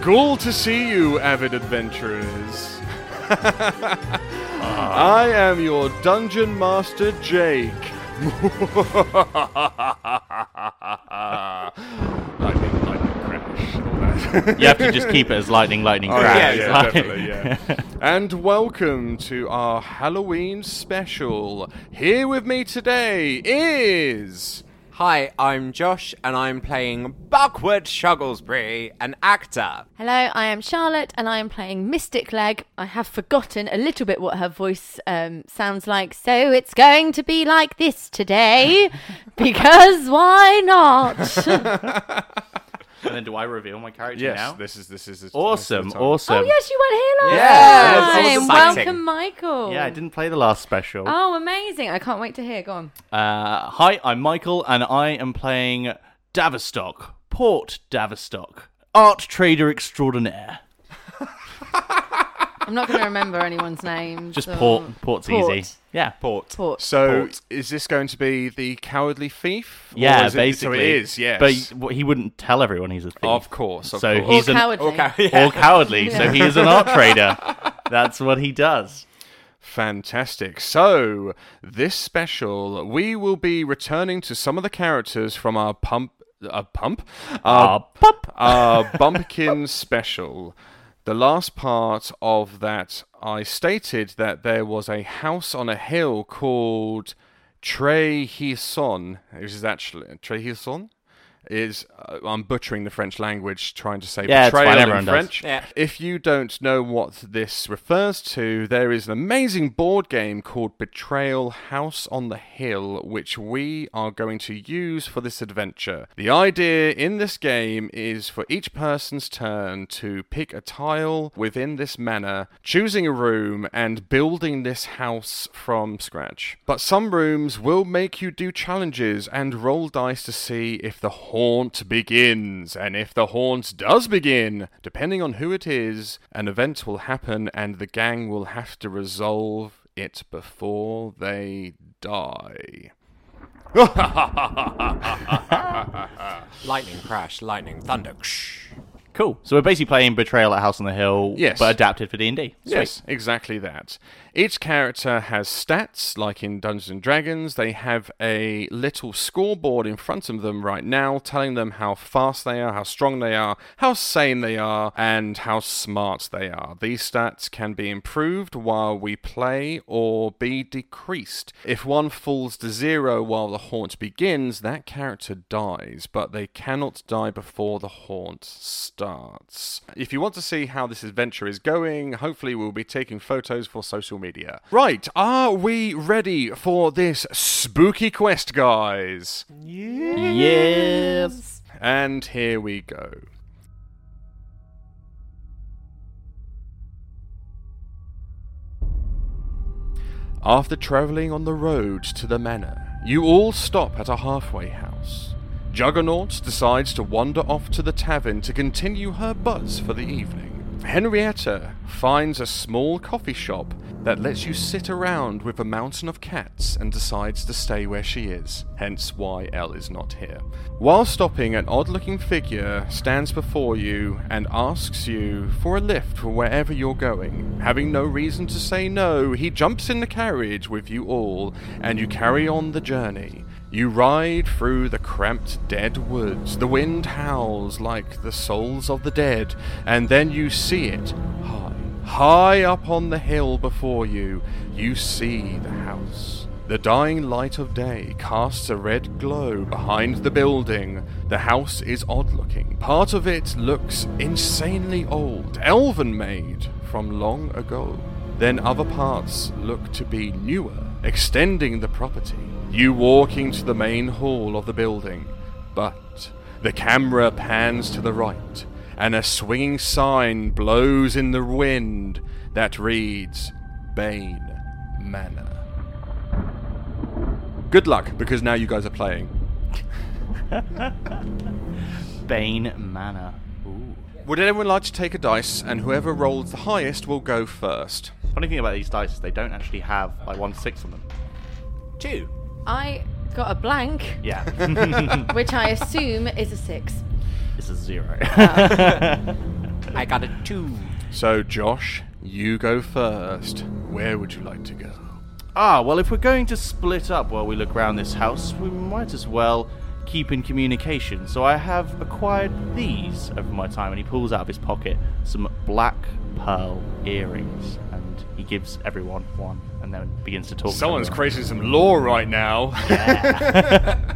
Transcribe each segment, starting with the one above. Cool to see you, avid adventurers. I am your dungeon master, Jake. lightning, lightning crash. all that. You have to just keep it as lightning, lightning Oh, crash. yeah, yeah, right? definitely, yeah. and welcome to our Halloween special. Here with me today is. Hi, I'm Josh, and I'm playing Buckwood Shugglesbury, an actor. Hello, I am Charlotte, and I am playing Mystic Leg. I have forgotten a little bit what her voice um, sounds like, so it's going to be like this today, because why not? Oh, and then do I reveal my character Yes, now? this is this is this is the awesome, time. awesome. oh yes, you weren't here last Yeah, that's time. exciting. Welcome, Michael. Yeah, I didn't play the last special. Oh, amazing! I can't wait to hear. Go on. Uh, hi, I'm Michael, and I am playing Davistock, Port Davistock, art trader extraordinaire. I'm not going to remember anyone's name. Just so- port. Port's Port. easy. Yeah, port. Port. So Port. is this going to be the cowardly thief? Or Yeah, is it- basically. So it is, yes. But he- well, he wouldn't tell everyone he's a thief. of course, of So course. Or he's an- cowardly. Okay. or cowardly. So he is an art trader. That's what he does. Fantastic. So, this special, we will be returning to some of the characters from our pump, uh, pump, Uh, our, pop. our bumpkin special. The last part of that, I stated that there was a house on a hill called Trehison, which is actually Trehison. Is uh, I'm butchering the French language, trying to say Yeah, it's betrayal fine, in everyone does. French. Yeah. If you don't know what this refers to, there is an amazing board game called Betrayal House on the Hill, which we are going to use for this adventure. The idea in this game is for each person's turn to pick a tile within this manor, choosing a room, and building this house from scratch. But some rooms will make you do challenges and roll dice to see if the haunt begins. And if the haunt does begin, depending on who it is, an event will happen and the gang will have to resolve it before they die. Oh. Lightning crash, lightning thunder. Ksh. Cool. So we're basically playing Betrayal at House on the Hill, Yes. but adapted for D and D. Yes, exactly that. Each character has stats, like in Dungeons and Dragons. They have a little scoreboard in front of them right now, telling them how fast they are, how strong they are, how sane they are, and how smart they are. These stats can be improved while we play or be decreased. If one falls to zero while the haunt begins, that character dies, but they cannot die before the haunt starts. If you want to see how this adventure is going, hopefully we'll be taking photos for social media. Right, are we ready for this spooky quest, guys? Yes. And here we go. After travelling on the road to the manor, you all stop at a halfway house. Juggernaut decides to wander off to the tavern to continue her buzz for the evening. Henrietta finds a small coffee shop that lets you sit around with a mountain of cats and decides to stay where she is, hence why Elle is not here. While stopping, an odd looking figure stands before you and asks you for a lift for wherever you're going. Having no reason to say no, he jumps in the carriage with you all, and you carry on the journey. You ride through the cramped dead woods. The wind howls like the souls of the dead, and then you see it high, high up on the hill before you. You see the house. The dying light of day casts a red glow behind the building. The house is odd looking. Part of it looks insanely old, elven made from long ago. Then other parts look to be newer, extending the property. You walk into the main hall of the building, but the camera pans to the right, and a swinging sign blows in the wind that reads Bane Manor. Good luck, because now you guys are playing. Bane Manor. Ooh. Would anyone like to take a dice, and whoever rolls the highest will go first? Funny thing about these dice is they don't actually have like one six on them. Two. I got a blank, Yeah. which I assume is a six. it's a zero. I got a two. So, Josh, you go first. Where would you like to go? Ah, well, if we're going to split up while we look round this house, we might as well keep in communication. So I have acquired these over my time, and he pulls out of his pocket some black pearl earrings, and he gives everyone one, and then begins to talk. to Someone's everyone. creating some lore right now.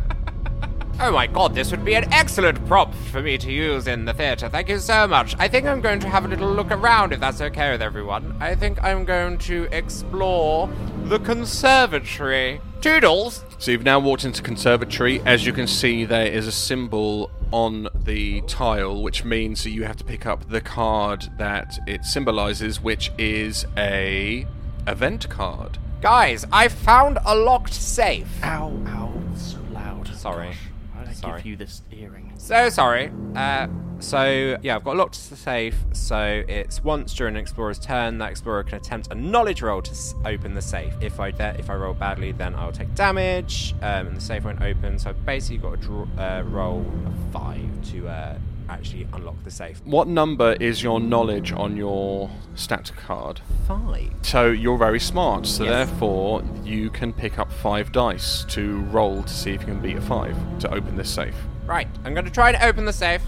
Oh my god, this would be an excellent prop for me to use in the theatre. Thank you so much. I think I'm going to have a little look around if that's okay with everyone. I think I'm going to explore the conservatory. Toodles! So you've now walked into conservatory. As you can see, there is a symbol on the tile, which means that you have to pick up the card that it symbolizes, which is a event card. Guys, I found a locked safe. Ow, ow, it's so loud. Sorry. Gosh, why did I Sorry. give you this earring? So sorry. Uh, so yeah, I've got locked to the safe. So it's once during an explorer's turn that explorer can attempt a knowledge roll to s- open the safe. If I de- if I roll badly, then I'll take damage, um, and the safe won't open. So I've basically got to draw, uh, roll a five to uh, actually unlock the safe. What number is your knowledge on your stat card? Five. So you're very smart, so Yes. therefore you can pick up five dice to roll to see if you can beat a five to open this safe. Right. I'm going to try and open the safe.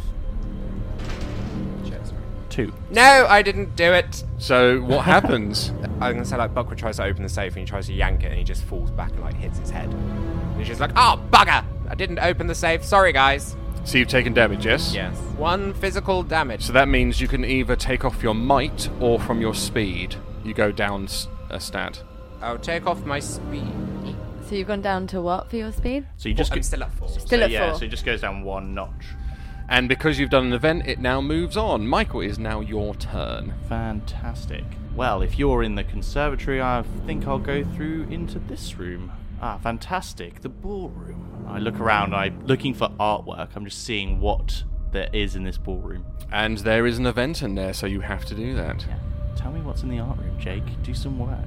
Shit, sorry. Two. No, I didn't do it. So what happens? I'm gonna say like Buckwood tries to open the safe and he tries to yank it and he just falls back and like hits his head. And he's just like, oh bugger! I didn't open the safe. Sorry guys. So you've taken damage, yes? Yes. One physical damage. So that means you can either take off your might or from your speed. You go down s- a stat. I'll take off my speed. So you've gone down to what for your speed? So you just I'm go- still at four. Still so, at yeah, four. so it just goes down one notch. And because you've done an event, it now moves on. Michael, it is now your turn. Fantastic. Well, if you're in the conservatory, I think I'll go through into this room. Ah, fantastic. The ballroom. I look around, I'm looking for artwork. I'm just seeing what there is in this ballroom. And there is an event in there, so you have to do that. Yeah. Tell me what's in the art room, Jake. Do some work.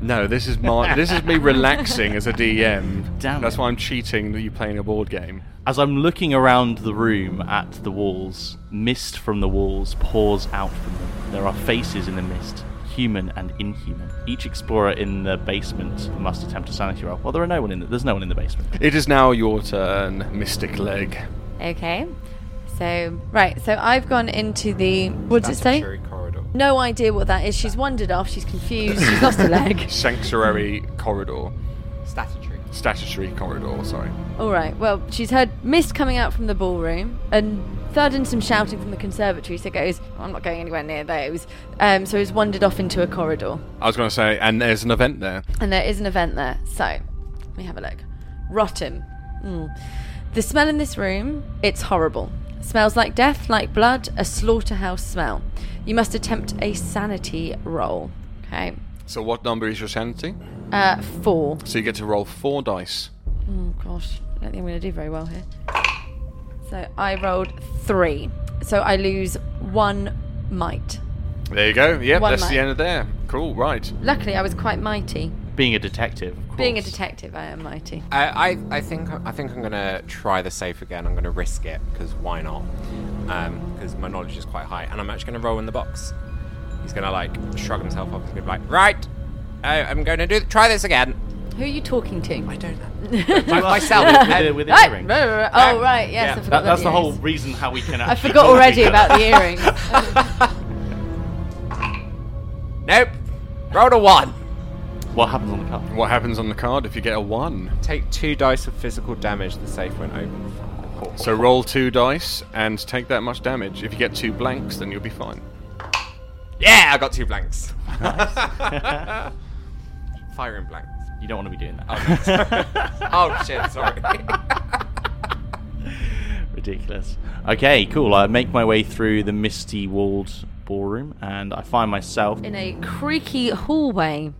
No, this is my this is me relaxing as a DM. Damn That's it. why I'm cheating that you're playing a board game. As I'm looking around the room at the walls, mist from the walls pours out from them. There are faces in the mist, human and inhuman. Each explorer in the basement must attempt a sanity roll. Well, there are no one in the, there's no one in the basement. It is now your turn, Mystic Leg. Okay. So right, so I've gone into the what does it say? Statuary corridor. No idea what that is. She's wandered off. She's confused. She's lost a leg. Sanctuary corridor. Statutory. Statutory corridor, sorry. All right. Well, she's heard mist coming out from the ballroom and third and some shouting from the conservatory. So goes, I'm not going anywhere near those. Um, so he's wandered off into a corridor, I was gonna say, and there's an event there. and there is an event there. So let me have a look. Rotten. Mm. The smell in this room, it's horrible. Smells like death, like blood, a slaughterhouse smell. You must attempt a sanity roll. Okay. So what number is your sanity? Uh, four. So you get to roll four dice. Oh gosh, I don't think I'm going to do very well here. So I rolled three. So I lose one might. There you go. Yep, One that's mic. the end of there. Cool, right. Luckily, I was quite mighty. Being a detective, of course. Being a detective, I am mighty. I, I I think I think I'm gonna try the safe again. I'm gonna risk it because why not? Um, because my knowledge is quite high, and I'm actually gonna roll in the box. He's gonna like shrug himself up and he's gonna be like, right, I, I'm gonna do try this again. Who are you talking to? I Right. don't know. Well, myself. with, with, the- with the right, earring. right, right. Oh right, yes, Yeah, I forgot. That- about that's the whole earrings. reason how we can. I actually forgot already communicate. about the earrings. Nope. Roll a one. What happens on the cup? What happens on the card if you get a one? Take two dice of physical damage. The safe won't open. So roll two dice and take that much damage. If you get two blanks, then you'll be fine. Yeah, I got two blanks. Firing blanks. You don't want to be doing that. Oh shit! Sorry. Ridiculous. Okay, cool. I make my way through the misty walled ballroom, and I find myself. In a creaky hallway.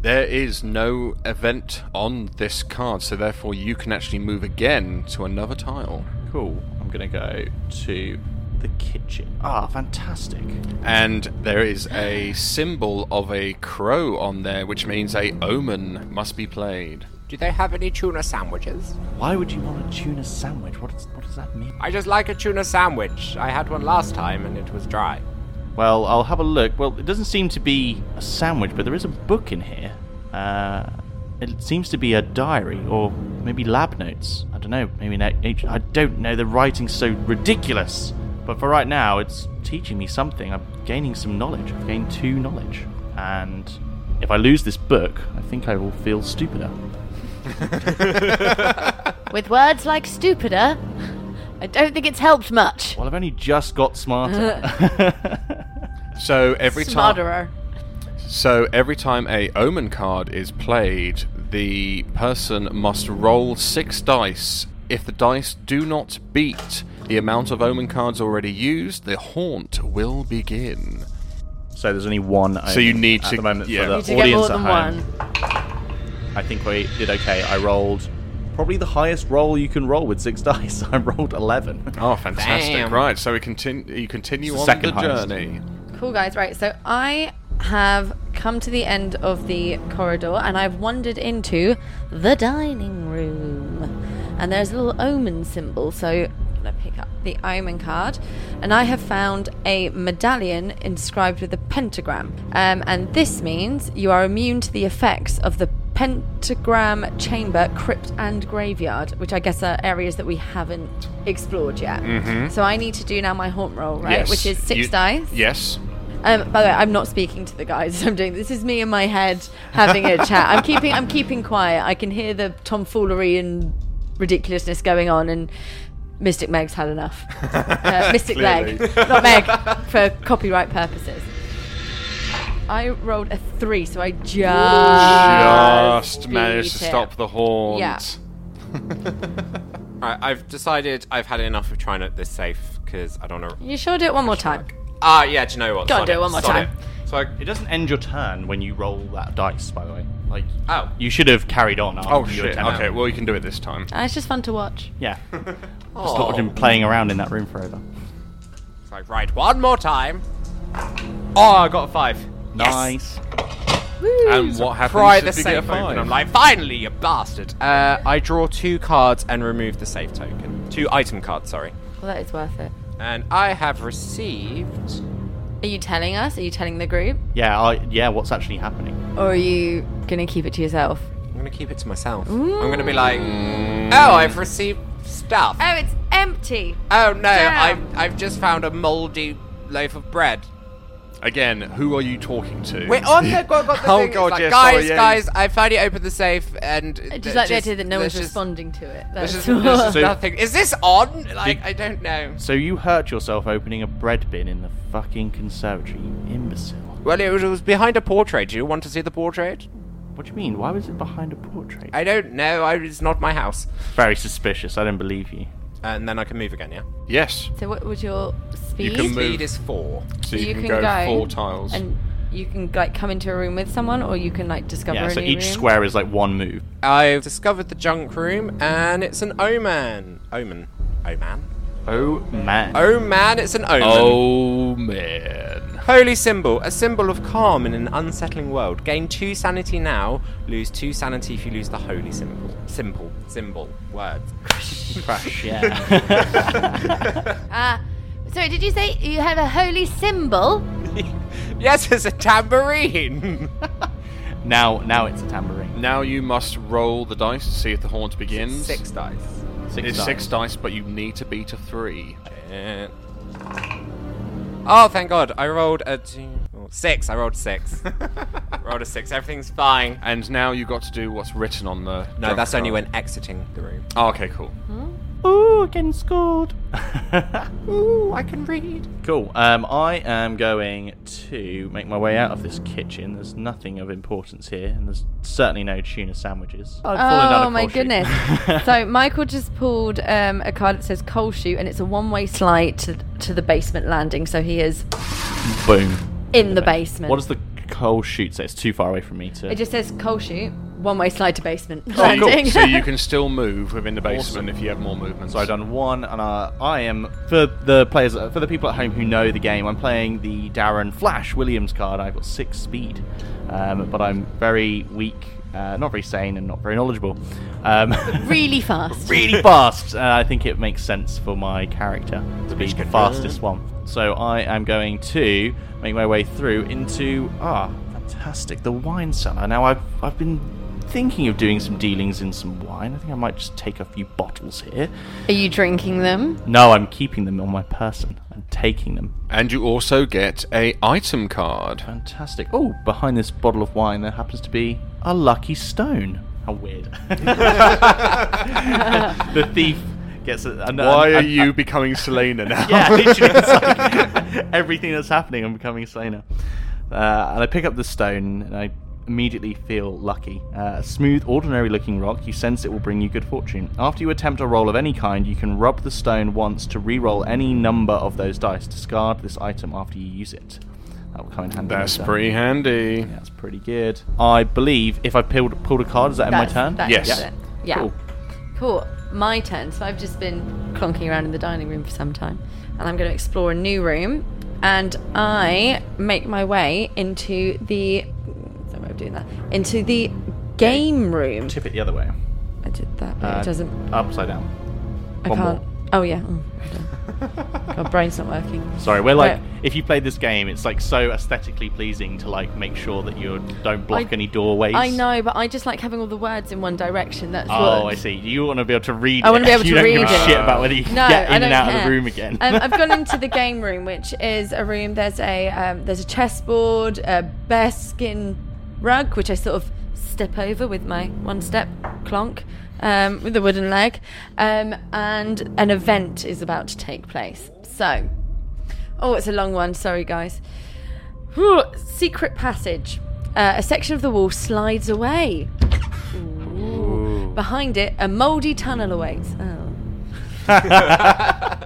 There is no event on this card, so therefore you can actually move again to another tile. Cool. I'm gonna go to the kitchen. Ah, fantastic. And there is a symbol of a crow on there, which means a omen must be played. Do they have any tuna sandwiches? Why would you want a tuna sandwich? What, is, what does that mean? I just like a tuna sandwich. I had one last time and it was dry. Well, I'll have a look. Well, it doesn't seem to be a sandwich, but there is a book in here. Uh, it seems to be a diary or maybe lab notes. I don't know. Maybe an age. I don't know. The writing's so ridiculous. But for right now, it's teaching me something. I'm gaining some knowledge. I've gained two knowledge. And if I lose this book, I think I will feel stupider. With words like stupider, I don't think it's helped much. Well, I've only just got smarter. So every time, Smarterer. so every time a omen card is played, the person must roll six dice. If the dice do not beat the amount of omen cards already used, the haunt will begin. so there's only one. So you open need at to- the moment yeah. for the You Need to get audience more than at home. one. I think we did okay. I rolled probably the highest roll you can roll with six dice. I rolled 11. Oh, fantastic! Damn. Right, so we continue. You continue It's the on second the highest. journey. Cool, guys. Right, so I have come to the end of the corridor and I've wandered into the dining room. And there's a little omen symbol, so I'm going to pick up the omen card. And I have found a medallion inscribed with a pentagram. Um, and this means you are immune to the effects of the pentagram chamber, crypt, and graveyard, which I guess are areas that we haven't explored yet. So I need to do now my haunt roll, Mm-hmm. right? Yes. Which is six You- dice. Yes. Um, by the way, I'm not speaking to the guys. I'm doing this is me in my head having a chat. I'm keeping I'm keeping quiet. I can hear the tomfoolery and ridiculousness going on, and Mystic Meg's had enough. Uh, Mystic Meg, not Meg, for copyright purposes. I rolled a three, so I just, Just Uh, beat managed to it. stop the haunt. Yeah. Alright, I've decided I've had enough of trying at this safe because I don't know. You sure do it one more time. Ah, yeah, do you know what? Go on, Sod do it one more sod time. So I, It doesn't end your turn when you roll that dice, by the way. Like, oh, you should have carried on. After Oh you uh, shit! attempt. Okay, well you can do it this time. Uh, it's just fun to watch. Yeah. Just thought of Oh. him playing around in that room forever. it's like, right, one more time. Oh, I got a five. Nice. And what Pry happens the if you get a safe five? open. I'm like, finally, you bastard. Uh, I draw two cards and remove the safe token. Two item cards, sorry. Well, that is worth it. And I have received. Are you telling us? Are you telling the group, Yeah, I, yeah, what's actually happening? or are you gonna keep it to yourself? I'm gonna keep it to myself. I'm gonna be like, oh, I've received stuff. Oh, it's empty. Oh no, Damn. I've, I've just found a moldy loaf of bread. Again, who are you talking to? We're on the, got, got the Oh, thing. it's God, like, yes, guys, sorry, yeah, guys, I finally opened the safe and. I uh, just like the just- idea that no there's one's just- responding to it. There's That's just, there's just So- nothing. Is this on? Like, I don't know. So you hurt yourself opening a bread bin in the fucking conservatory, you imbecile. Well, it was, it was behind a portrait. Do you want to see the portrait? What do you mean? Why was it behind a portrait? I don't know. I, it's not my house. Very suspicious. I don't believe you. And then I can move again, yeah? Yes. So what was your speed? can move. Speed is four. So you, can, go, four tiles. and you can like come into a room with someone, or you can like discover. Yeah, a so new each room. square is like one move. I've discovered the junk room, and it's an omen. Omen. Oman? Oh man. Oman, it's an omen. oh man. Holy symbol, a symbol of calm in an unsettling world. Gain two sanity now, lose two sanity if you lose the holy symbol. Symbol, symbol, words. crash, yeah. Ah, sorry. Did you say you have a holy symbol? yes, it's a tambourine! now now it's a tambourine. Now you must roll the dice to see if the haunt begins. Six dice. It's dice. six dice, but you need to beat a three. Eh. Oh, thank God. I rolled a two. oh, Six. I rolled six. rolled a six. Everything's fine. And now you got to do what's written on the. No, drunk that's only card. when exiting the room. Oh, okay, cool. Ooh, getting scored. Ooh, I can read. cool. Um, I am going to make my way out of this kitchen. There's nothing of importance here, and there's certainly no tuna sandwiches. I've fallen down a oh my coal chute. goodness! so Michael just pulled um, a card that says coal chute, and it's a one-way slide to, to the basement landing. So he is Boom. in the basement. What does the coal chute say? It's too far away from me to. It just says coal chute. One way slide to basement So you- landing. Oh, so you can still move within the basement Awesome. if you have more movement. So I've done one, and uh, I am for the players, for the people at home who know the game. I'm playing the Darren Flash Williams card. I've got six speed, um, but I'm very weak, uh, not very sane, and not very knowledgeable. Um, really fast. really fast. Uh, I think it makes sense for my character to be the fastest one. So I am going to make my way through into ah, fantastic, the wine cellar. Now I've I've been thinking of doing some dealings in some wine. I think I might just take a few bottles here. Are you drinking them? No, I'm keeping them on my person. I'm taking them. And you also get a item card. Fantastic. Oh, behind this bottle of wine there happens to be a lucky stone. How weird. the thief gets a, an- Why an- are an- you becoming Selena now? yeah, literally. It's like everything that's happening, I'm becoming slainer. Uh, and I pick up the stone and I immediately feel lucky. Uh, a smooth, ordinary looking rock, you sense it will bring you good fortune. After you attempt a roll of any kind, you can rub the stone once to re roll any number of those dice. Discard this item after you use it. That will come in handy. That's later. pretty handy. Yeah, That's pretty good. I believe if I peeled, pulled a card, is that in my That's- turn? that Yes. is it. Yeah. Cool. Cool. My turn. So I've just been clonking around in the dining room for some time, and I'm going to explore a new room. And I make my way into the. Sorry, I'm doing that. Into the game room. Tip it the other way. I did that, but Uh, it doesn't. Upside down. I one more. can't. Oh yeah. Oh, well done. God, brain's not working. Sorry, we're like Right. if you played this game, it's like so aesthetically pleasing to like make sure that you don't block I- any doorways. I know, but I just like having all the words in one direction. That's Oh, what. I see. You want to be able to read. I wanna be it. able you to don't give read a it. shit about whether you can No, get I in don't and out care. of the room again. um, I've gone into the game room, which is a room. There's a um, there's a chessboard, a bearskin rug, which I sort of step over with my one step clonk um, with a wooden leg, um, and an event is about to take place. So, oh, it's a long one. Sorry, guys. Whew, Secret passage. Uh, a section of the wall slides away. Behind it, a mouldy tunnel awaits. Oh.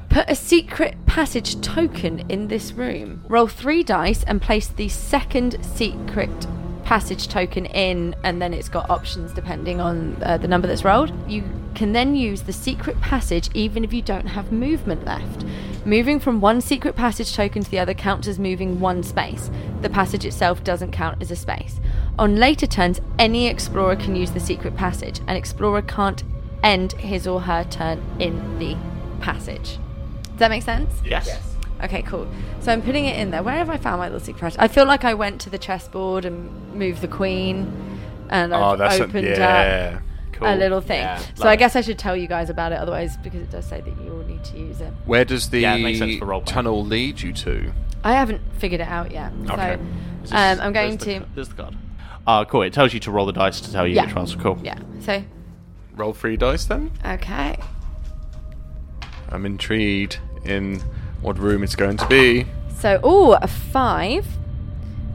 Put a secret passage token in this room. Roll three dice and place the second secret passage token in, and then it's got options depending on uh, the number that's rolled. You can then use the secret passage even if you don't have movement left. Moving from one secret passage token to the other counts as moving one space. The passage itself doesn't count as a space. On later turns, any explorer can use the secret passage. An explorer can't end his or her turn in the passage. Does that make sense? yes. Okay, cool. So I'm putting it in there. Where have I found my little secret passage? I feel like I went to the chessboard and moved the queen, and I've Oh, that's a- opened yeah. up Cool. a little thing. Yeah, so love I it. guess I should tell you guys about it, otherwise, because it does say that you all need to use it. Where does the Yeah, it makes sense for roleplay. tunnel lead you to? I haven't figured it out yet. Okay. So um, I'm going There's the- to. there's the card. Ah, cool. It tells you to roll the dice to tell you Yeah. which one's cool. Yeah. So, Roll three dice then. okay. I'm intrigued in what room it's going to be. So, oh, a five,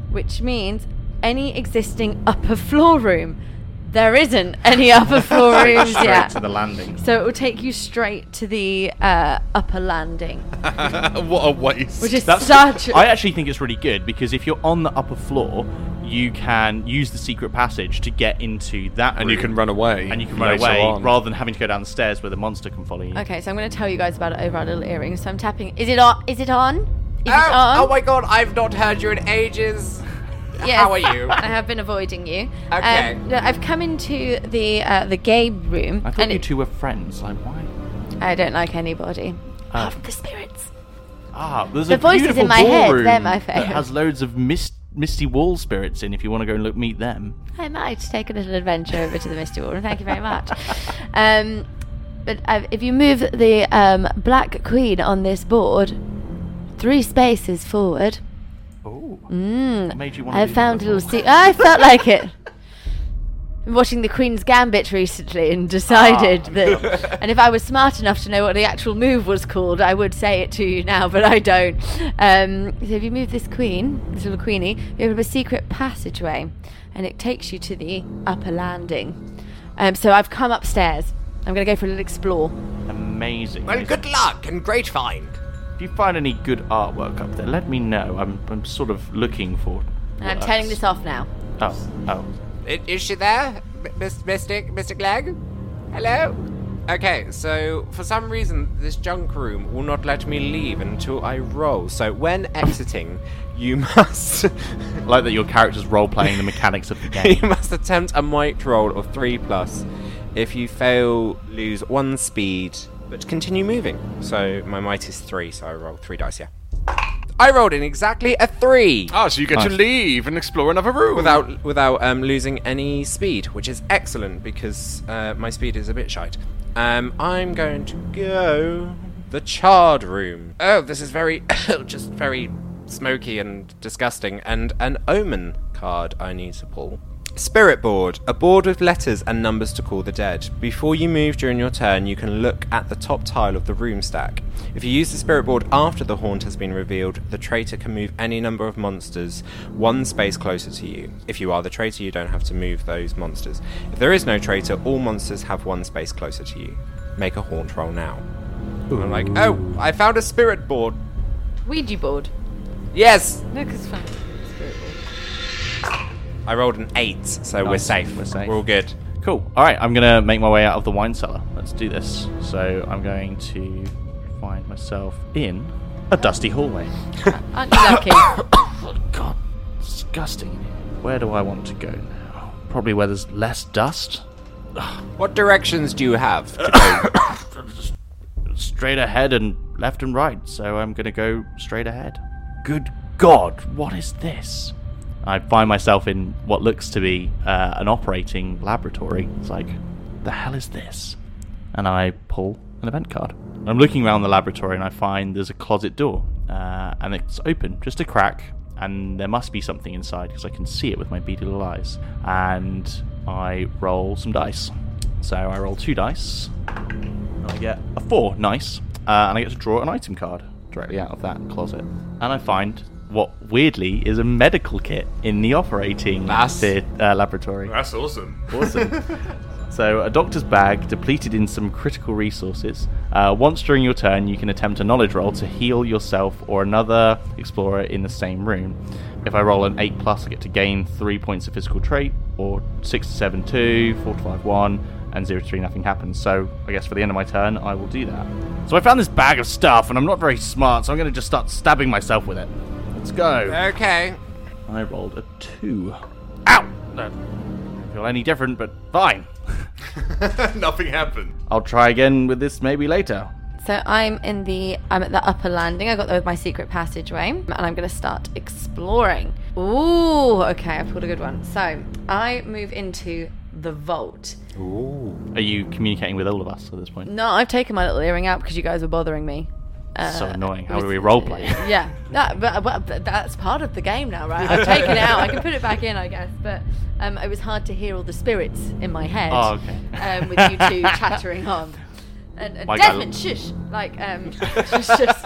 which means any existing upper floor room. There isn't any upper floor rooms Straight yet. to the landing. So it will take you straight to the uh, upper landing, what a waste. which is That's such. I actually think it's really good because if you're on the upper floor, you can use the secret passage to get into that and you room. can run away. and you can run later away on. rather than having to go down the stairs where the monster can follow you. okay, so I'm going to tell you guys about it over our little earrings. So I'm tapping. Is it on? Is it on? Is it Oh, on? oh my god, I've not heard you in ages. Yes, How are you? I have been avoiding you. Okay. Um, look, I've come into the uh, the game room. I thought and you it- two were friends. Like why? I don't like anybody. Oh. Half the spirits. Ah, there's The a voices in beautiful my head, ballroom they're my that favourite. has loads of mist, misty wall spirits in. If you want to go and look, meet them. I might take a little adventure over to the Misty Wall. Thank you very much. Um, but uh, if you move the um, Black Queen on this board three spaces forward, Oh, mm, made you want to I do that found a before? little secret. I felt like it. Been watching the Queen's Gambit recently and decided Ah. that. And if I was smart enough to know what the actual move was called, I would say it to you now, but I don't. Um, so if you move this queen, this little queenie, you open up a secret passageway, and it takes you to the upper landing. Um, so I've come upstairs. I'm going to go for a little explore. amazing. Well, good luck and great find. If you find any good artwork up there, let me know. I'm, I'm sort of looking for. And I'm works. turning this off now. Oh, oh. I- Is she there? M- Mis- Mystic, Mystic Leg? Hello? Okay, so for some reason, this junk room will not let me leave until I roll. So when exiting, you must like that your character's role playing the mechanics of the game. you must attempt a might roll of three plus. If you fail, lose one speed, but continue moving. So my might is three, so I roll three dice. Yeah, I rolled in exactly a three Ah, so you get to leave and explore another room without without um, losing any speed, which is excellent because uh, my speed is a bit shite. Um, I'm going to go the charred room. Oh, this is very just very smoky and disgusting. And an omen card I need to pull. Spirit board, a board with letters and numbers to call the dead. Before you move during your turn, you can look at the top tile of the room stack. If you use the spirit board after the haunt has been revealed, the traitor can move any number of monsters one space closer to you. If you are the traitor, you don't have to move those monsters. If there is no traitor, all monsters have one space closer to you. Make a haunt roll now. And I'm like, oh, I found a spirit board. Ouija board. Yes! Look, it's fun. Spirit board. I rolled an eight, so we're Nice. safe. We're safe. We're all good. Cool. All right, I'm gonna make my way out of the wine cellar. Let's do this. So I'm going to find myself in a dusty hallway. Aren't you lucky? Oh God, disgusting. in here. Where do I want to go now? Probably where there's less dust. What directions do you have to Straight ahead and left and right. So I'm gonna go straight ahead. Good God, what is this? I find myself in what looks to be uh, an operating laboratory. It's like, the hell is this? and I pull an event card. And I'm looking around the laboratory and I find there's a closet door, uh, and it's open, just a crack, and there must be something inside because I can see it with my beady little eyes. And I roll some dice. So I roll two dice, and I get a four, nice, uh, and I get to draw an item card directly out of that closet. And I find what weirdly is a medical kit in the operating Nice. the- uh, laboratory. That's awesome. Awesome. so, a doctor's bag depleted in some critical resources. Uh, once during your turn, you can attempt a knowledge roll to heal yourself or another explorer in the same room. If I roll an 8 plus, I get to gain 3 points of physical trait, or 6 to 7 2, 4 to 5 1, and 0 to 3 nothing happens. So, I guess for the end of my turn, I will do that. So, I found this bag of stuff, and I'm not very smart, so I'm going to just start stabbing myself with it. Let's go. do? Okay. I rolled a two. Ow! That don't feel any different, but fine. Nothing happened. I'll try again with this maybe later. so I'm in the I'm at the upper landing. I got there with my secret passageway, and I'm going to start exploring. Ooh, okay, I pulled a good one. So I move into the vault. Are you communicating with all of us at this point? No, I've taken my little earring out because you guys were bothering me. so annoying. How was- do we roleplay? Yeah, that, but, but, but that's part of the game now, right? I've taken it out. I can put it back in, I guess. But um, it was hard to hear all the spirits in my head. Oh, okay. Um, with you two chattering on. And, and My guy- Desmond, shush! Like, um, it's just.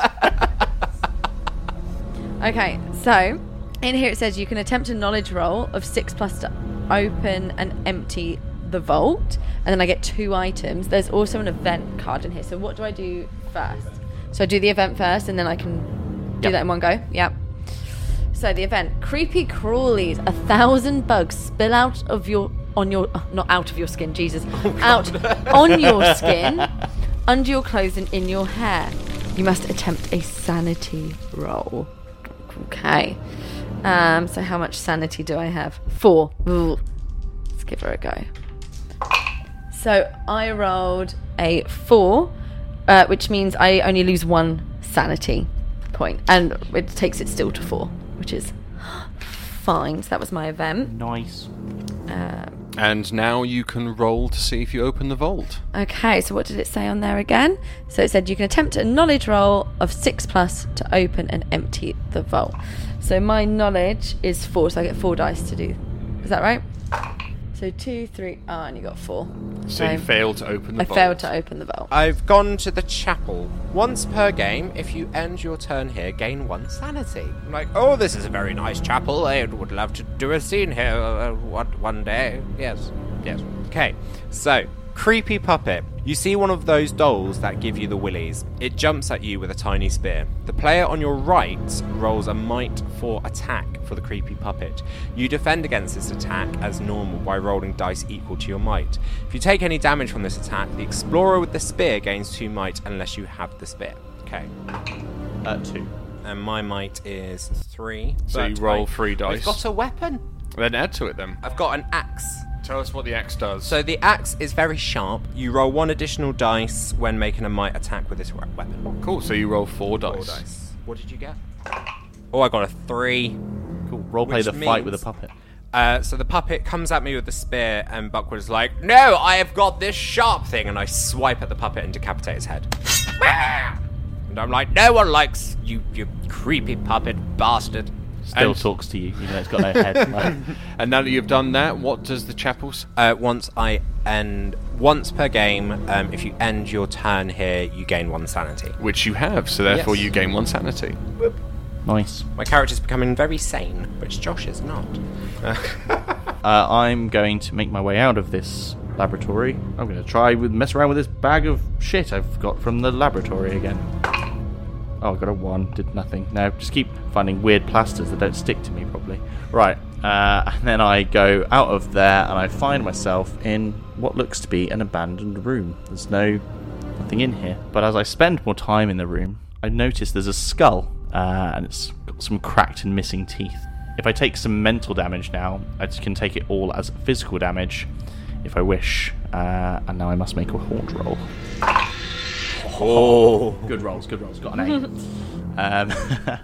Okay, so in here it says you can attempt a knowledge roll of six plus to open and empty the vault, and then I get two items. There's also an event card in here. So what do I do first? So I do the event first, and then I can do Yep. that in one go. Yep. So the event: creepy crawlies, a thousand bugs spill out of your on your uh, not out of your skin, Jesus, out on your skin, under your clothes, and in your hair. You must attempt a sanity roll. Okay. Um, so how much sanity do I have? Four. Ooh. Let's give her a go. So I rolled a four, uh, which means I only lose one sanity point, and it takes it still to four, which is fine. So that was my event. nice. Um, And now you can roll to see if you open the vault. okay, so what did it say on there again? So it said you can attempt a knowledge roll of six plus to open and empty the vault. So my knowledge is four, so I get four dice to do. Is that right? So two, three, ah, and you got four. So you failed to open the I vault. failed to open the vault. I've gone to the chapel. Once per game, if you end your turn here, gain one sanity. I'm like, oh, this is a very nice chapel. I would love to do a scene here uh, uh, one one day. Yes, yes. Okay, so Creepy puppet. You see one of those dolls that give you the willies. It jumps at you with a tiny spear. The player on your right rolls a might for attack for the creepy puppet. You defend against this attack as normal by rolling dice equal to your might. If you take any damage from this attack, the explorer with the spear gains 2 might unless you have the spear. Okay. Uh, two. And my might is 3. So you but roll I- three dice. I've got a weapon. Then add to it then. I've got an axe. Uh, Tell us what the axe does. So the axe is very sharp. You roll one additional dice when making a might attack with this we- weapon. cool. So you roll four dice. Four dice. What did you get? Oh, I got a three. Cool. Roleplay Which the fight with a means- puppet. Uh, so the puppet comes at me with the spear, and Buckwood is like, "No, I have got this sharp thing," and I swipe at the puppet and decapitate his head. and I'm like, "No one likes you, you creepy puppet bastard." Still And- talks to you, even though it's got no head. Like, And now that you've done that, what does the chapel? s- Uh, once I end, once per game, um, if you end your turn here, you gain one sanity. Which you have, so therefore Yes. you gain one sanity. nice. My character's becoming very sane, which Josh is not. Uh, I'm going to make my way out of this laboratory. I'm going to try with mess around with this bag of shit I've got from the laboratory again. Oh, I got a one. Did nothing. Now just keep finding weird plasters that don't stick to me properly. Right, uh, and then I go out of there and I find myself in what looks to be an abandoned room. There's no nothing in here. But as I spend more time in the room, I notice there's a skull uh, and it's got some cracked and missing teeth. If I take some mental damage now, I just can take it all as physical damage if I wish. Uh, and now I must make a haunt roll. Oh, good rolls, good rolls. Got an eight. um,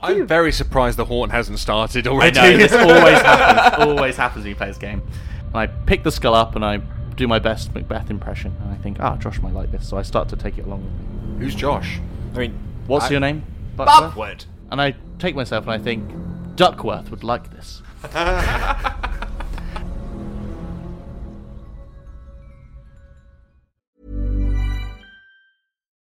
I'm very surprised the horn hasn't started I already. know this always happens. Always happens when you play this game. And I pick the skull up and I do my best Macbeth impression, and I think, ah, Josh might like this, so I start to take it along with me. Who's Josh? I mean, What's I- your name? Buckworth? Buckwood. And I take myself and I think, Duckworth would like this.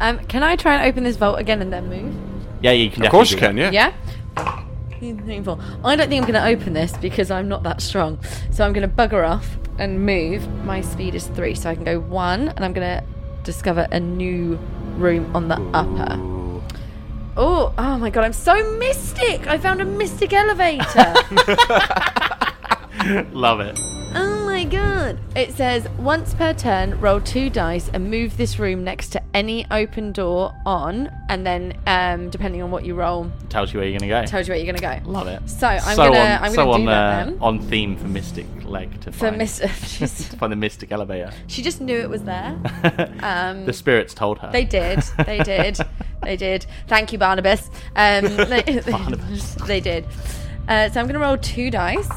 Um, can I try and open this vault again and then move? Yeah, you can. Of course you can, definitely yeah. Yeah. Painful. I don't think I'm going to open this because I'm not that strong. So I'm going to bugger off and move. My speed is three, so I can go one, and I'm going to discover a new room on the upper. Oh, oh my god! I'm so mystic. I found a mystic elevator. do that. Love it. oh my god! It says once per turn, roll two dice and move this room next to any open door on, and then um, depending on what you roll, Tells you where you're gonna go. tells you where you're going to go. Love it. So I'm so gonna- on, I'm so gonna on, do that uh, then. on theme for Mystic Leg to For find Miss, she's, to find the Mystic Elevator. she just knew it was there. Um, the spirits told her. They did. They did. they did. Thank you, Barnabas. Um, they, Barnabas. they did. Uh, so I'm going to roll two dice.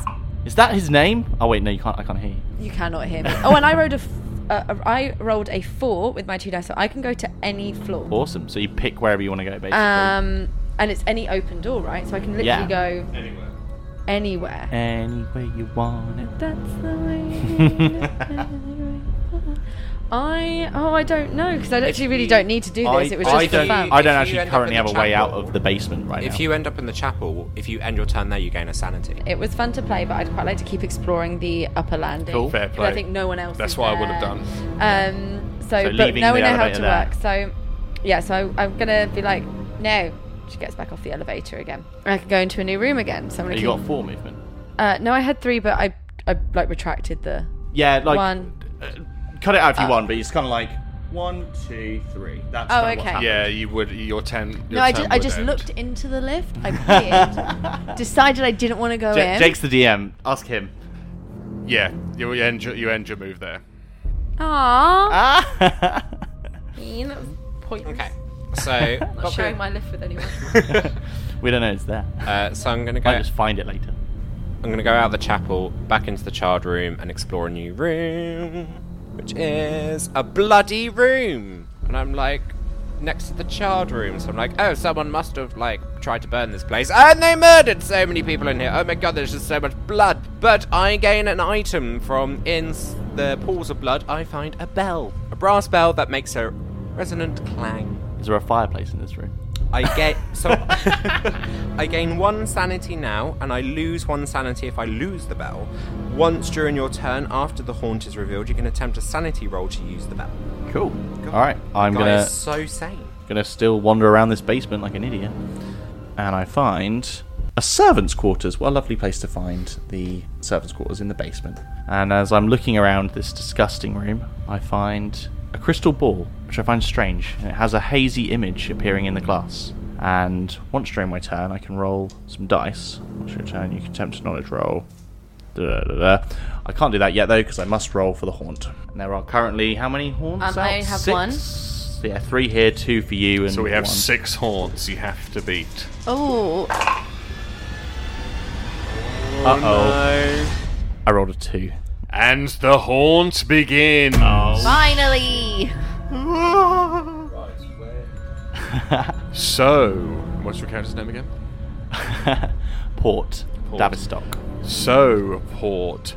Is that his name? Oh wait, no, you can't. I can't hear you. You cannot hear me. Oh, and I rolled a, f- uh, a I rolled a four with my two dice, so I can go to any floor. Awesome. So you pick wherever you want to go, basically. Um, and it's any open door, right? So I can literally Yeah. go anywhere. Anywhere. Anywhere you want it. That's the way. I oh I don't know because I actually really don't need to do this. it was just I for don't, fun. I don't If actually you end up currently in have the a way out chapel- of the basement right now. If you end up in the chapel, if you end your turn there, you gain a sanity. It was fun to play, but I'd quite like to keep exploring the upper landing. Cool. Fair 'cause play. I think no one else. That's is what I there. would have done. Um, so, So but leaving now we the know how elevator to there. work. So, yeah. So I, I'm gonna be like, no. She gets back off the elevator again. I can go into a new room again. So I'm gonna. you keep, got four movement. uh, no, I had three, but I I like retracted the. Yeah, like One. uh, cut it out if you want, but it's kind of like one, two, three. That's Oh, kinda what's okay. happening. Yeah, you would. Your ten. Your no, I turn just I would just end. looked into the lift. I peered, decided I didn't want to go Ja- in. Jake's the DM. Ask him. Yeah, you you end your, you end your move there. Aww. Ah. Mean. That was pointless. Okay. So Not sharing my lift with anyone. We're We don't know it's there. Uh, so I'm gonna go. Might just find it later. I'm gonna go out of the chapel, back into the chard room, and explore a new room, which is a bloody room. And I'm like next to the chard room, so I'm like, oh, someone must have like tried to burn this place, and they murdered so many people in here. Oh my god, there's just so much blood. But I gain an item from in s- the pools of blood. I find a bell, a brass bell that makes a resonant clang. Is there a fireplace in this room? I get so I gain one sanity now, and I lose one sanity if I lose the bell. Once during your turn, after the haunt is revealed, you can attempt a sanity roll to use the bell. Cool. All right, I'm Guy gonna is so sane. gonna still wander around this basement like an idiot, and I find a servants' quarters. What a lovely place to find the servants' quarters in the basement. And as I'm looking around this disgusting room, I find a crystal ball, which I find strange. And it has a hazy image appearing in the glass. And once during my turn, I can roll some dice. Once your turn, you can attempt a knowledge roll. Da, da, da, da. I can't do that yet though because I must roll for the haunt. And there are currently how many haunts? Um, I out? have Six? one. Yeah, three here, two for you, and So we have one. six haunts you have to beat. Oh, Uh I rolled a two. And the haunt begins. finally! So, what's your character's name again? Port, Port. Davistock. So, Port,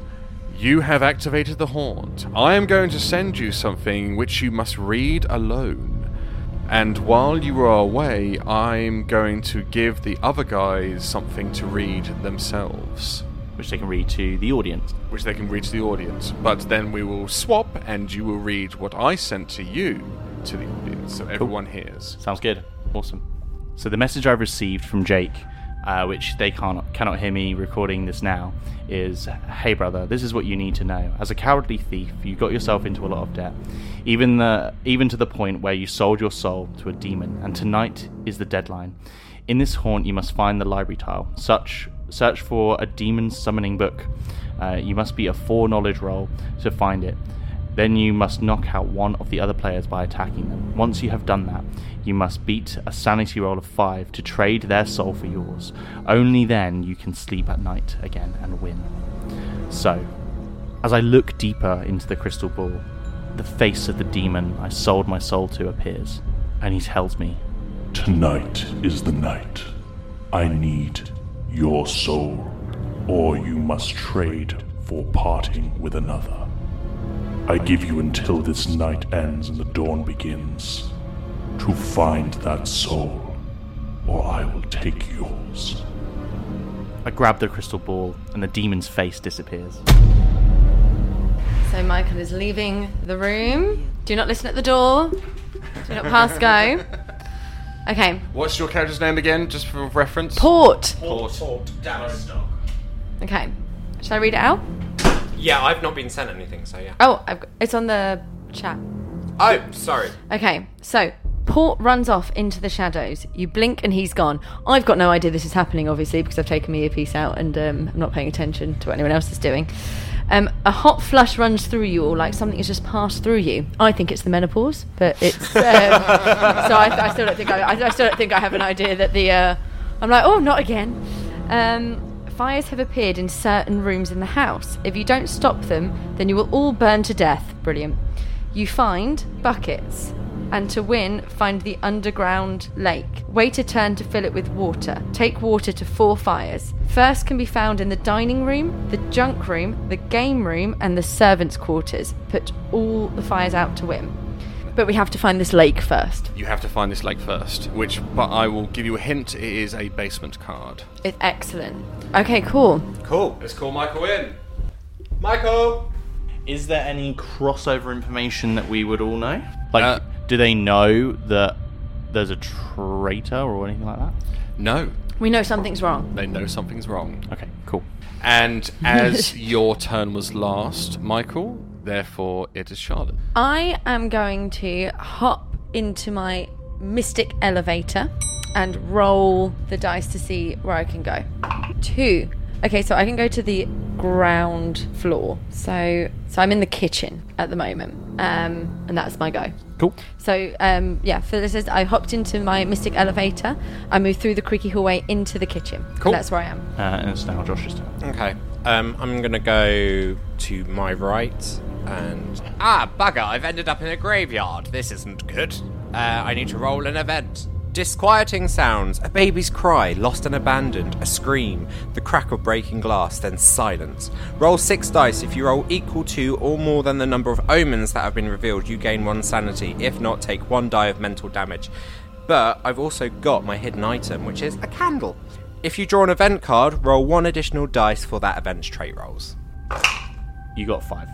you have activated the haunt. I am going to send you something which you must read alone. And while you are away, I'm going to give the other guys something to read themselves, which they can read to the audience. which they can read to the audience. But then we will swap and you will read what I sent to you to the audience so everyone hears. Sounds good. Awesome. So the message I've received from Jake, uh, which they cannot cannot hear me recording this now, is, "Hey brother, this is what you need to know. As a cowardly thief, you got yourself into a lot of debt, even the even to the point where you sold your soul to a demon. And tonight is the deadline. In this haunt, you must find the library tile. Such search for a demon summoning book. Uh, you must be a foreknowledge roll to find it." Then you must knock out one of the other players by attacking them. Once you have done that, you must beat a sanity roll of 5 to trade their soul for yours. Only then you can sleep at night again and win. So, as I look deeper into the crystal ball, the face of the demon I sold my soul to appears, and he tells me, Tonight is the night. I need your soul, or you must trade for parting with another. I give you until this night ends and the dawn begins to find that soul, or I will take yours. I grab the crystal ball, and the demon's face disappears. So Michael is leaving the room. Do not listen at the door. Do not pass go. Okay. What's your character's name again, just for reference? Port. Port. Okay. Should I read it out? Yeah, I've not been sent anything, so yeah. Oh, I've got, it's on the chat. Oh, sorry. Okay, so Port runs off into the shadows. You blink and he's gone. I've got no idea this is happening, obviously, because I've taken my earpiece out and um, I'm not paying attention to what anyone else is doing. Um, a hot flush runs through you all, like something has just passed through you. I think it's the menopause, but it's um, so I, I still don't think I, I, I still don't think I have an idea that the uh, I'm like, oh, not again. Um, fires have appeared in certain rooms in the house. If you don't stop them, then you will all burn to death. Brilliant. You find buckets, and to win, find the underground lake. Wait a turn to fill it with water. Take water to four fires. First can be found in the dining room, the junk room, the game room, and the servants' quarters. Put all the fires out to win. But we have to find this lake first. You have to find this lake first, which, but I will give you a hint, it is a basement card. It's excellent. Okay, cool. Cool. Let's call Michael in. Michael! Is there any crossover information that we would all know? Like, Uh, do they know that there's a traitor or anything like that? No, We know something's wrong. they know something's wrong. Okay, cool. And as your turn was last, Michael, therefore it is Charlotte. I am going to hop into my mystic elevator and roll the dice to see where I can go. Two. Okay, so I can go to the ground floor. So so I'm in the kitchen at the moment. Um, and that's my go. Cool. So um, yeah, for this is I hopped into my mystic elevator. I moved through the creaky hallway into the kitchen. Cool. That's where I am. Uh, and it's now Josh's turn. Okay. Um, I'm gonna go to my right and ah bugger! I've ended up in a graveyard. This isn't good. Uh, I need to roll an event. Disquieting sounds: a baby's cry, lost and abandoned, a scream, the crack of breaking glass, then silence. Roll six dice. If you roll equal to or more than the number of omens that have been revealed, you gain one sanity. If not, take one die of mental damage. But I've also got my hidden item, which is a candle. If you draw an event card, roll one additional dice for that event's trait rolls. You got five.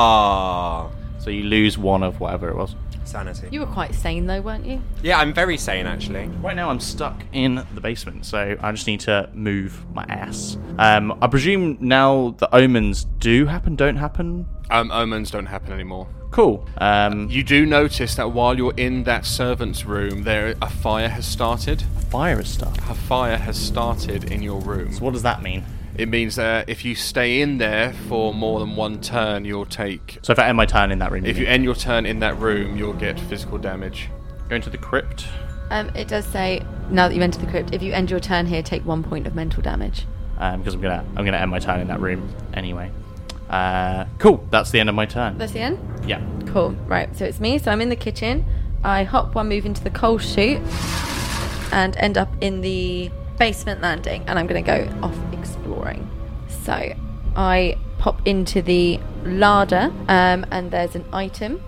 Ah, So you lose one of whatever it was. sanity. You were quite sane though, weren't you? yeah, I'm very sane actually. Right now, I'm stuck in the basement, so I just need to move my ass. Um, I presume now the omens do happen, don't happen. Um, omens don't happen anymore. Cool. Um, You do notice that while you're in that servant's room, there a fire has started. fire is stuck. A fire has started in your room. So what does that mean? It means that if you stay in there for more than one turn, you'll take. So if I end my turn in that room, If you mean- end your turn in that room, you'll get physical damage. go into the crypt, Um, it does say now that you enter the crypt, if you end your turn here, take one point of mental damage. um, because I'm gonna I'm gonna end my turn in that room anyway. Uh, cool. That's the end of my turn. That's the end. yeah. Cool. Right. So it's me. So I'm in the kitchen. I hop one move into the coal chute and end up in the basement landing. And I'm going to go off exploring. So I pop into the larder um, and there's an item.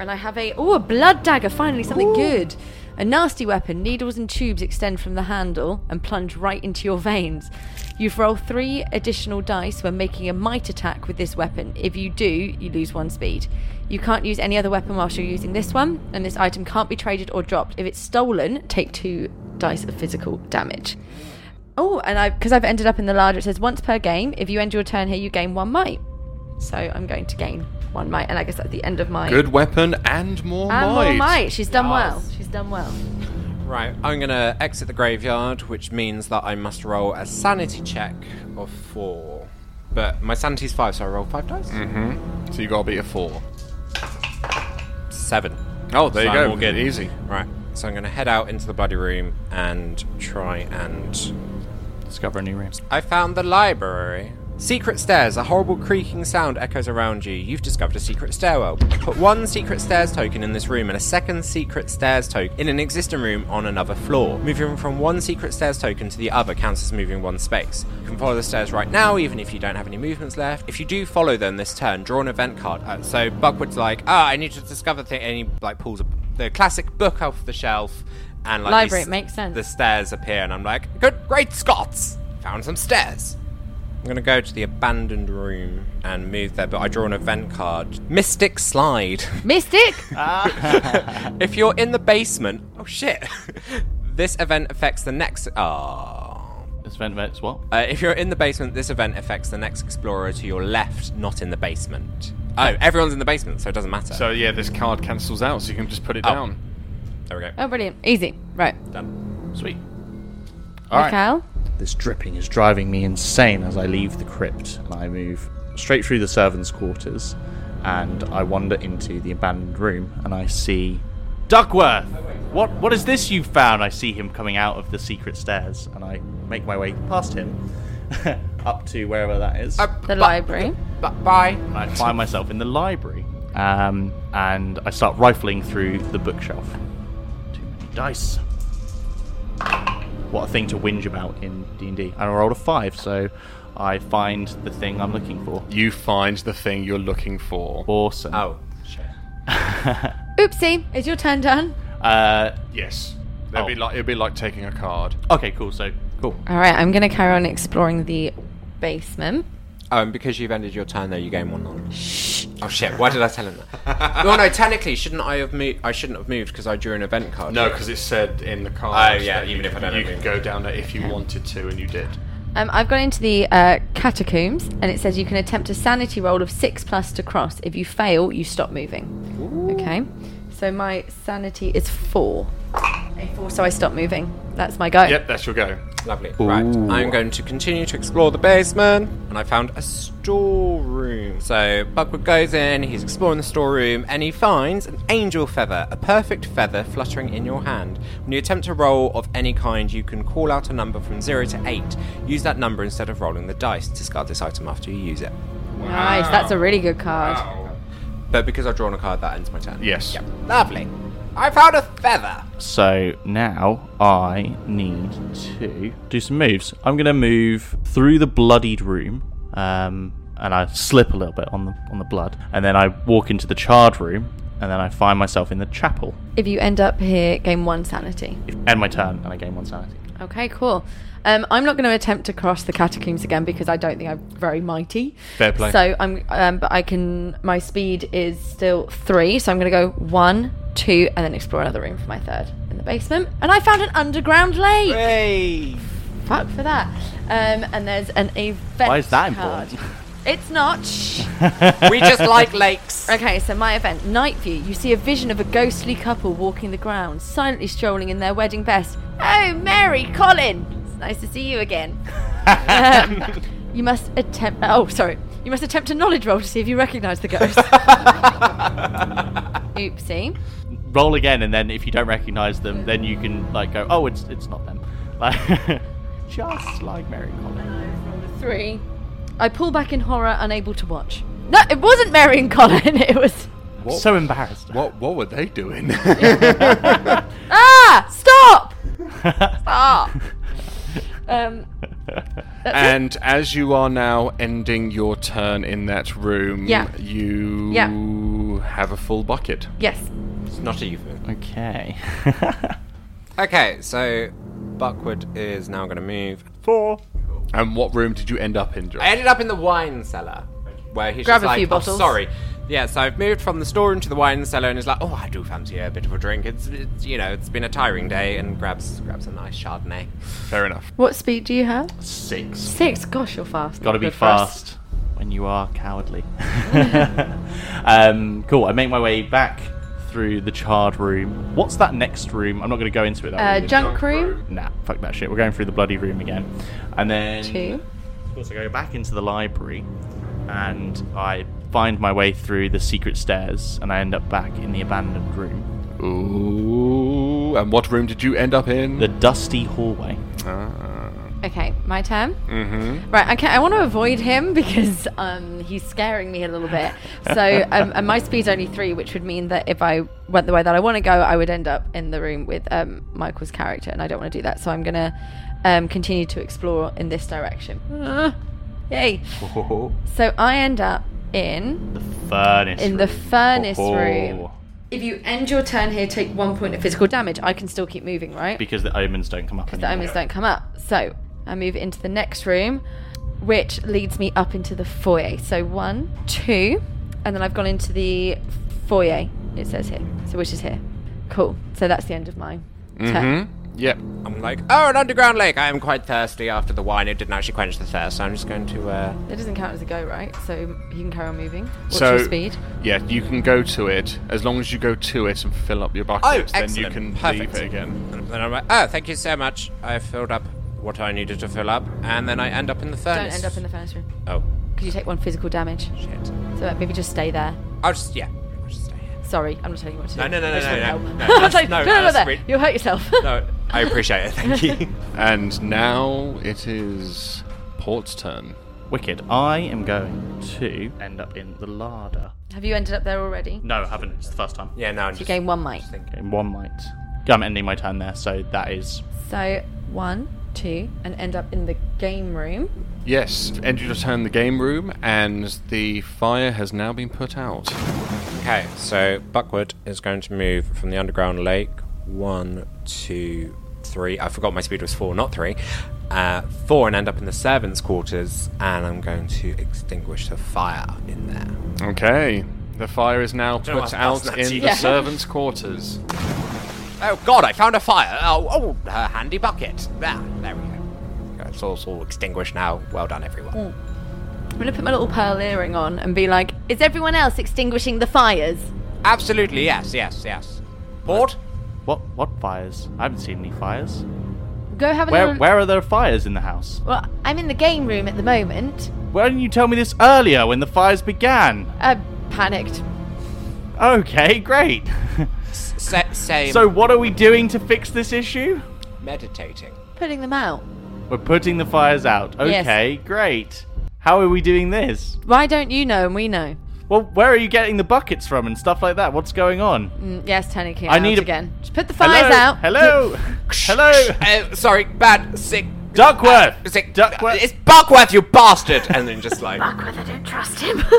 And I have a, oh, a blood dagger. Finally, something good. A nasty weapon. Needles and tubes extend from the handle and plunge right into your veins. You've rolled three additional dice when making a might attack with this weapon. If you do, you lose one speed. You can't use any other weapon whilst you're using this one, and this item can't be traded or dropped. If it's stolen, take two dice of physical damage. Oh, and I because I've ended up in the larder, it says once per game. If you end your turn here, you gain one might. So I'm going to gain one might, and I guess that's the end of my Good weapon and more and might. more might. She's done well. Yes. She's done well. Right, I'm gonna exit the graveyard, which means that I must roll a sanity check of four. But my sanity's five, so I roll five dice. So you gotta beat a four. Seven. Oh, there So you I'm go. all good. Easy. Right, so I'm gonna head out into the bloody room and try and Discover a new room. I found the library. Secret stairs. A horrible creaking sound echoes around you. You've discovered a secret stairwell. Put one secret stairs token in this room and a second secret stairs token in an existing room on another floor. Moving from one secret stairs token to the other counts as moving one space. You can follow the stairs right now, even if you don't have any movements left. If you do follow them this turn, draw an event card. Uh, so Buckwood's like, ah, I need to discover the thing, and he like pulls a, the classic book off the shelf, and like Library, these- it makes sense. The stairs appear, and I'm like, good, great Scots! Found some stairs. I'm going to go to the abandoned room and move there, but I draw an event card. Mystic Slide. Mystic. if you're in the basement, oh shit, this event affects the next. Ah. This event event's what? Uh, if you're in the basement, this event affects the next explorer to your left, not in the basement. Oh, everyone's in the basement, so it doesn't matter. So yeah, this card cancels out, so you can just put it Oh. down. there we go. oh, brilliant. Easy. Right. Done. Sweet. All right. Mikhail. This dripping is driving me insane as I leave the crypt and I move straight through the servants' quarters and I wander into the abandoned room and I see Duckworth. What what is this you've found? I see him coming out of the secret stairs and I make my way past him up to wherever that is. The library. bye. and I find myself in the library. Um, and I start rifling through the bookshelf. Too many dice. What a thing to whinge about in D and D. And I rolled a five, so I find the thing I'm looking for. You find the thing you're looking for. Awesome. Oh, shit. Oopsie. Is your turn done? Uh, Yes. It'd be Oh. like it'd be like taking a card. okay, cool. So cool. All right. I'm going to carry on exploring the basement. Oh, and because you've ended your turn there, you gain one knowledge. Shh. Oh shit! Why did I tell him that? well, no. Technically, shouldn't I have moved? I shouldn't have moved because I drew an event card. No, because it said in the card. Oh, yeah, that even you- if I don't you have could it. go down there if you wanted to, and you did. Um, I've gone into the uh, catacombs, and it says you can attempt a sanity roll of six plus to cross. If you fail, you stop moving. Okay. So my sanity is four. A four. So I stop moving. That's my go. Yep, that's your go. Lovely. Right. I'm going to continue to explore the basement, and I found a storeroom. So Bugwood goes in, he's exploring the storeroom, and he finds an angel feather, a perfect feather fluttering in your hand. When you attempt a roll of any kind, you can call out a number from 0 to 8. Use that number instead of rolling the dice. Discard this item after you use it. Nice. That's a really good card. But because I've drawn a card, that ends my turn. Yes. Yep. Lovely. I found a feather. So now I need to do some moves. I'm going to move through the bloodied room, um, and I slip a little bit on the on the blood, and then I walk into the charred room, and then I find myself in the chapel. If you end up here, gain one sanity. If- End my turn, and I gain one sanity. Okay, cool. Um, I'm not going to attempt to cross the catacombs again because I don't think I'm very mighty. Fair play. So I'm, um, but I can. My speed is still three, so I'm going to go one, two, and then explore another room for my third in the basement. And I found an underground lake. Hey. Fuck for that. Um, and there's an event. Why is that card. important? It's not. Shh. we just like lakes. Okay, so my event, Night View. You see a vision of a ghostly couple walking the grounds, silently strolling in their wedding best. Oh, Mary, Colin! It's nice to see you again. Um, you must attempt. Oh, sorry. You must attempt a knowledge roll to see if you recognise the ghost. Oopsie. Roll again, and then if you don't recognise them, then you can like go, oh, it's it's not them. Like just like Mary Collins. Three. I pull back in horror, unable to watch. No, it wasn't Mary and Colin. It was. What, So embarrassed. what, what were they doing? Ah! Stop! Stop! Um, and as you are now ending your turn in that room, Yeah. you Yeah. have a full bucket. yes. It's not a euphemism. Okay. Okay, so Buckwood is now going to move. Four. And what room did you end up in? Josh? I ended up in the wine cellar, where he's Grab just a like, few "Oh, bottles." sorry. Yeah, so I've moved from the storeroom to the wine cellar, and is like, oh, I do fancy a bit of a drink. It's, it's you know, it's been a tiring day, and grabs grabs a nice Chardonnay. Fair enough. What speed do you have? Six. Six. Gosh, you're fast. Got to Not be good for us. fast when you are cowardly. um, cool. I make my way back through the charred room. What's that next room? I'm not going to go into it. That Uh, room. junk room. Nah, fuck that shit. We're going through the bloody room again, and then Two. Of course, I go back into the library, and I find my way through the secret stairs, and I end up back in the abandoned room, Ooh. And what room did you end up in? Hmm. the dusty hallway. Okay, my turn. Mm-hmm. Right. Okay, I want to avoid him because um, he's scaring me a little bit. So, um, and my speed's only three, which would mean that if I went the way that I want to go, I would end up in the room with um, Michael's character, and I don't want to do that. So, I'm gonna um, continue to explore in this direction. Ah, yay! So, I end up in The furnace. In the room. furnace Oh, room. If you end your turn here, take one point of physical damage. I can still keep moving, right? Because the omens don't come up. the omens don't come up. So I move into the next room, which leads me up into the foyer. So one, two, and then I've gone into the foyer. It says here. So which is here. Cool. So that's the end of mine. turn. Yep. I'm like, oh, an underground lake. I am quite thirsty after the wine. It didn't actually quench the thirst, so I'm just going to. Uh... That doesn't count as a go, right? So you can carry on moving. What's so your speed? Yeah, you can go to it as long as you go to it and fill up your bucket. Oh, then you excellent. can Perfect. leave it again. And then I'm like, oh, thank you so much. I filled up what I needed to fill up, and then I end up in the Don't furnace. end up in the furnace room Oh, because you take one physical damage. shit. So uh, maybe just stay there. I'll just yeah. I'll just stay here. Sorry, I'm not telling you what to No, do. no, no, I no, just no, want no, help. no, I was that's- like, no, no, no, no, that's there. re- You'll hurt yourself. No, I appreciate it. Thank you. And now it is Port's turn. Wicked. I am going to end up in the larder. Have you ended up there already? No, I haven't. It's the first time. yeah, no. I'm You just gain one might. Okay, one might. I'm ending my turn there, so that is. So one, two, and end up in the game room. Yes, and you return the game room, and the fire has now been put out. Okay, so Buckwood is going to move from the underground lake. One, two, three. I forgot my speed was four, not three. Uh, four, and end up in the servants' quarters. And I'm going to extinguish the fire in there. Okay. The fire is now know put why I passed out that to in you. the Yeah. servants' quarters. Oh God, I found a fire! Oh, oh, a handy bucket. There, there we go. It's all, it's all extinguished now. Well done, everyone. I'm gonna put my little pearl earring on and be like, "Is everyone else extinguishing the fires?" Absolutely, yes, yes, yes. Port. What? What fires? I haven't seen any fires. Go have a Where little. where are there fires in the house? Well, I'm in the game room at the moment. Why didn't you tell me this earlier when the fires began? I Uh, panicked. Okay, great. S- same. so what are we doing to fix this issue? meditating. Putting them out. We're putting the fires out. Yes. Okay, great. How are we doing this? Why don't you know and we know? Well, where are you getting the buckets from and stuff like that? What's going on? Mm, yes, Taniki. I out need a- again. Just put the fires Hello? out. Hello? Hello? Uh, sorry, bad sick. Duckworth! Uh, sick. Duckworth! It's Buckworth, you bastard! And then just like Duckworth, I don't trust him.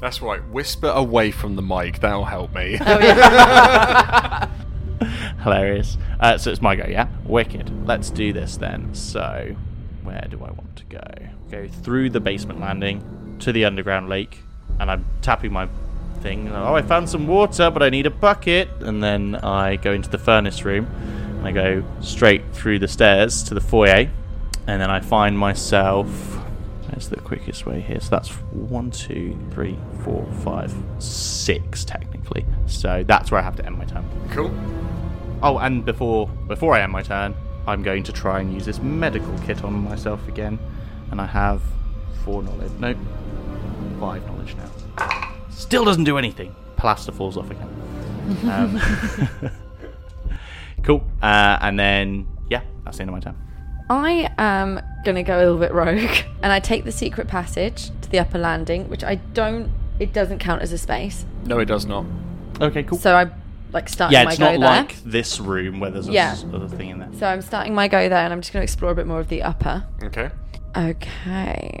That's right. Whisper away from the mic. That'll help me. Hilarious. Uh, so it's my go, yeah? Wicked. Let's do this then. So, where do I want to go? Go through the basement landing to the underground lake, and I'm tapping my thing. Oh, I found some water, but I need a bucket. And then I go into the furnace room, and I go straight through the stairs to the foyer, and then I find myself. That's the quickest way here. So that's one, two, three, four, five, six, technically. So that's where I have to end my time. cool. Oh, and before before I end my turn, I'm going to try and use this medical kit on myself again, and I have four knowledge. Nope, five knowledge now. Still doesn't do anything. Plaster falls off again. Um, cool. Uh, and then yeah, that's the end of my turn. I am gonna go a little bit rogue, and I take the secret passage to the upper landing, which I don't. It doesn't count as a space, No, it does not. Okay, cool. so I like starting yeah, my it's go not there. like this room where there's a Yeah. s- other thing in there. So I'm starting my go there, and I'm just gonna explore a bit more of the upper. Okay. Okay.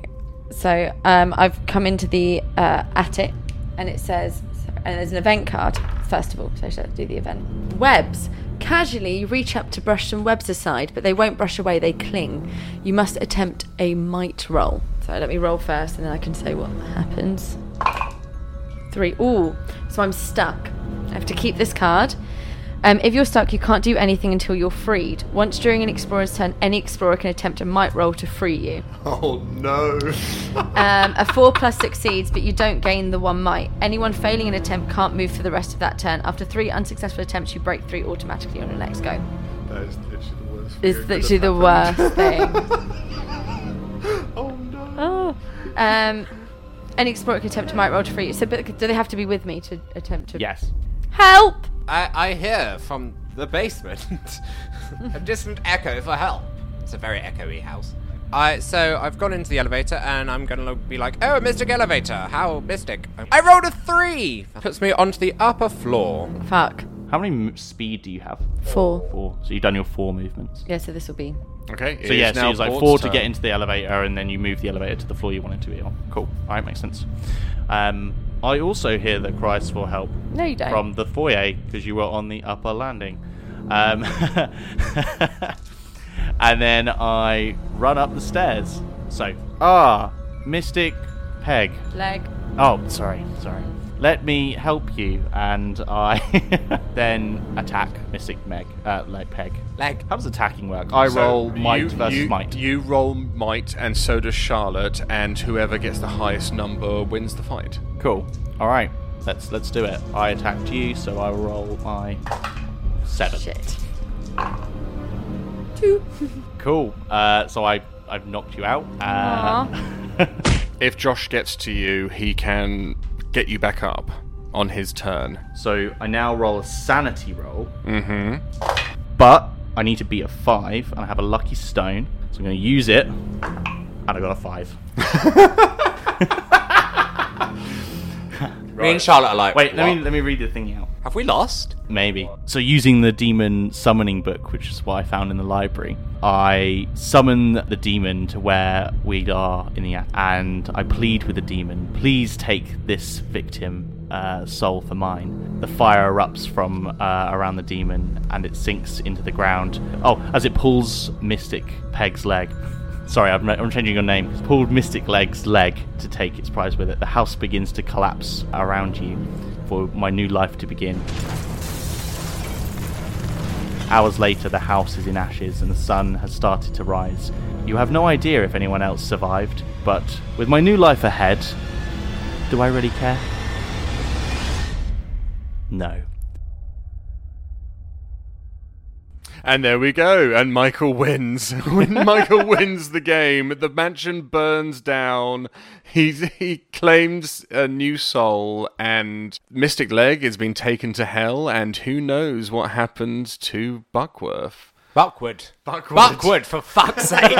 So um, I've come into the uh, attic and it says, and there's an event card, first of all. So let's do the event. Webs. Casually, you reach up to brush some webs aside, but they won't brush away, they cling. You must attempt a might roll. So let me roll first and then I can say what happens. Three. Ooh. So I'm stuck. I have to keep this card. Um, if you're stuck, you can't do anything until you're freed. Once during an explorer's turn, any explorer can attempt a might roll to free you. Oh no. Um, a four plus succeeds, but you don't gain the one might. Anyone failing an attempt can't move for the rest of that turn. After three unsuccessful attempts, you break three automatically on your next go. that is literally the worst. It's literally the worst thing. Oh no. Oh. Um, any explorer can attempt a might roll to free you. So, but do they have to be with me to attempt to Yes. help? I, I hear from the basement a distant echo for help. It's a very echoey house. I, so I've gone into the elevator and I'm gonna lo- be like, oh, Mystic Elevator, how mystic. I rolled a three! That puts me onto the upper floor. Fuck. How many m- speed do you have? Four. Four. So you've done your four movements. Yeah, so this will be. Okay. it So is yeah, so now you use like Port's four turn. to get into the elevator, and then you move the elevator to the floor you wanted to be on. Cool. All right, makes sense. Um, I also hear the cries for help No, you don't. from the foyer because you were on the upper landing. Um, and then I run up the stairs. So ah, Mystic Peg. Leg. Oh, sorry, sorry. Let me help you, and I then attack Mystic Meg, uh, like Peg. Leg. How does attacking work? I So roll you- might versus you- might. You roll might, and so does Charlotte, and whoever gets the highest number wins the fight. Cool. All right. Let's let's do it. I attacked you, so I will roll my seven. Shit. Two. Cool. Uh, so I I've knocked you out. Uh, If Josh gets to you, he can get you back up on his turn. so I now roll a sanity roll. Mm-hmm. But I need to beat a five, and I have a lucky stone, so I'm going to use it, and I got a five. Me and Charlotte are like, Wait, let me "What? let me read the thing out. Have we lost? Maybe. So, using the demon summoning book, which is what I found in the library, I summon the demon to where we are in the act, and I plead with the demon, please take this victim uh, soul for mine. The fire erupts from uh, around the demon, and it sinks into the ground. Oh, as it pulls Mystic Peg's leg. Sorry, I'm, I'm changing your name. It's pulled Mystic Leg's leg to take its prize with it. The house begins to collapse around you for my new life to begin. Hours later, the house is in ashes and the sun has started to rise. You have no idea if anyone else survived, but with my new life ahead, do I really care? No. And there we go. And Michael wins. when Michael wins the game, the mansion burns down. He he claims a new soul, and Mystic Leg has been taken to hell. And who knows what happened to Buckworth? Buckwood. Buckwood. Buckwood, for fuck's sake.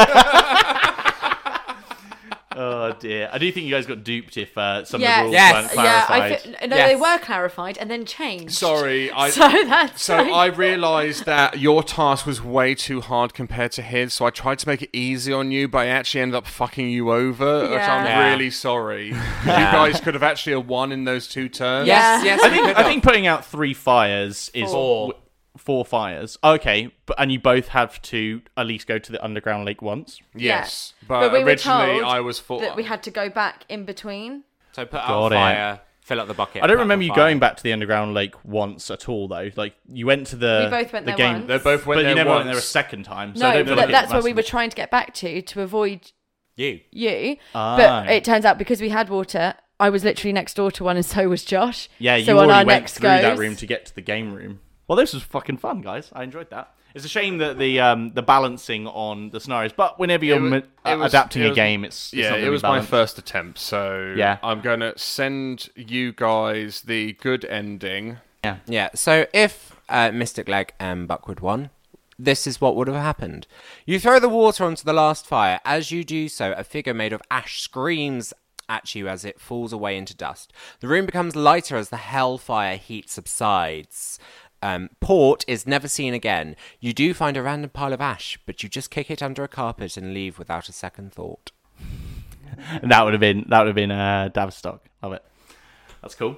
Oh dear. I do think you guys got duped if uh, some Yes. of the rules Yes. weren't Yeah, clarified. I fe- no, Yes. they were clarified and then changed. Sorry, I. So that's So like- I realised that your task was way too hard compared to his, so I tried to make it easy on you, but I actually ended up fucking you over. which I'm Yeah. Yeah. really sorry. Yeah. You guys could have actually a won in those two turns. Yes, Yeah. yes. I we think could I have. think putting out three fires is Four. w- four fires. Okay, but and you both have to at least go to the underground lake once. Yeah. Yes, but, we were originally told I was for that we had to go back in between. So put Got out it. fire, fill up the bucket. I don't put out remember the you fire. going back to the underground lake once at all though. Like you went to the We both went the there game, once. They both went but there you never once. went there a second time. So I no, don't feel but like it that's where we were massively- trying to get back to to avoid You. you. Ah. But it turns out because we had water, I was literally next door to one, and so was Josh. Yeah, you so already on our went next through that goes- room to get to the game room. Well, this was fucking fun, guys. I enjoyed that. It's a shame that the um, the balancing on the scenarios, but whenever you're wa- ma- it was- adapting it a was- game, it's, it's yeah, not it gonna was be my balanced. first attempt, so Yeah. I'm gonna send you guys the good ending. Yeah. So if uh, Mystic Leg and Buckwood won, this is what would have happened. You throw the water onto the last fire. As you do so, a figure made of ash screams at you as it falls away into dust. The room becomes lighter as the hellfire heat subsides. Um, port is never seen again. You do find a random pile of ash, but you just kick it under a carpet and leave without a second thought. And that would have been that would have been uh, Davistock. Love it. That's cool.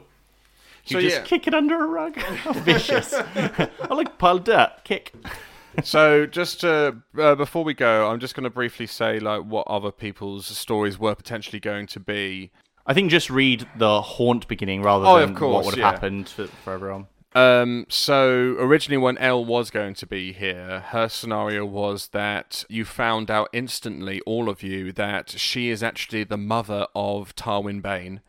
You So, just yeah. kick it under a rug. How vicious. I like pile of dirt. Kick. so just to, uh, before we go, I'm just gonna briefly say like what other people's stories were potentially going to be. I think just read the haunt beginning rather Oh, than of course, what would have yeah. happened for, for everyone. Um, so originally, when Elle was going to be here, her scenario was that you found out instantly, all of you, that she is actually the mother of Tarwin Bane,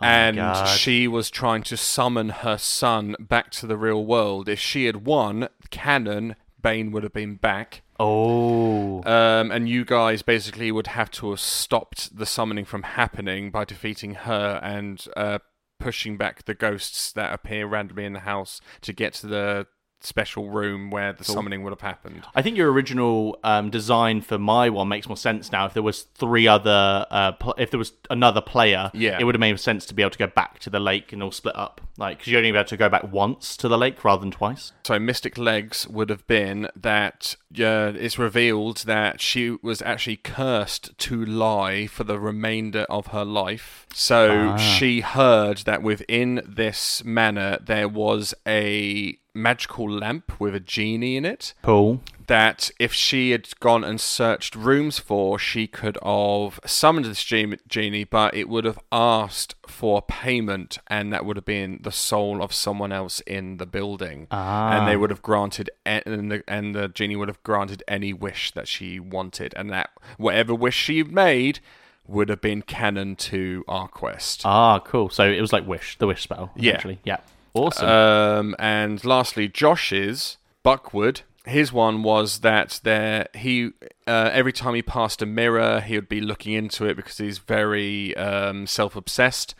and God. she was trying to summon her son back to the real world. If she had won, canon Bane would have been back. Oh. Um, and you guys basically would have to have stopped the summoning from happening by defeating her and uh, pushing back the ghosts that appear randomly in the house to get to the special room where the summoning would have happened. I think your original um, design for my one makes more sense now. If there was three other, uh, pl- if there was another player, Yeah. it would have made sense to be able to go back to the lake and all split up, like because you only be able to go back once to the lake rather than twice. So Mystic Legs would have been that uh, it's revealed that she was actually cursed to lie for the remainder of her life. So she heard that within this manor there was a magical lamp with a genie in it Cool. that if she had gone and searched rooms for, she could have summoned this gen- genie, but it would have asked for payment, and that would have been the soul of someone else in the building, and they would have granted, a- and the, and the genie would have granted any wish that she wanted, and that whatever wish she made would have been canon to our quest. Ah, cool. So it was like wish, the wish spell. Yeah. Essentially. Yeah. Awesome. Um, and lastly, Josh's Buckwood. His one was that there he uh, every time he passed a mirror, he would be looking into it because he's very um, self-obsessed.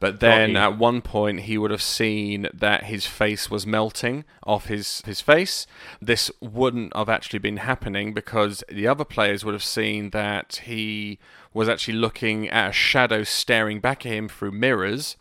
But then Got you. at one point, he would have seen that his face was melting off his his face. This wouldn't have actually been happening because the other players would have seen that he was actually looking at a shadow staring back at him through mirrors.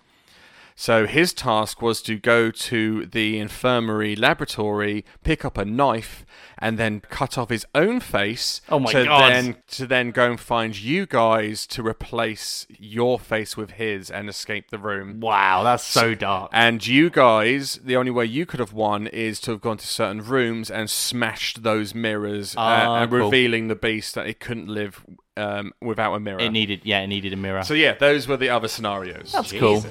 So his task was to go to the infirmary laboratory, pick up a knife, and then cut off his own face. Oh my to God. Then, to then go and find you guys to replace your face with his and escape the room. wow, that's so dark. And you guys, the only way you could have won is to have gone to certain rooms and smashed those mirrors, uh, Ah, and cool. revealing the beast that it couldn't live um, without a mirror. It needed, yeah, it needed a mirror. so yeah, those were the other scenarios. that's cool.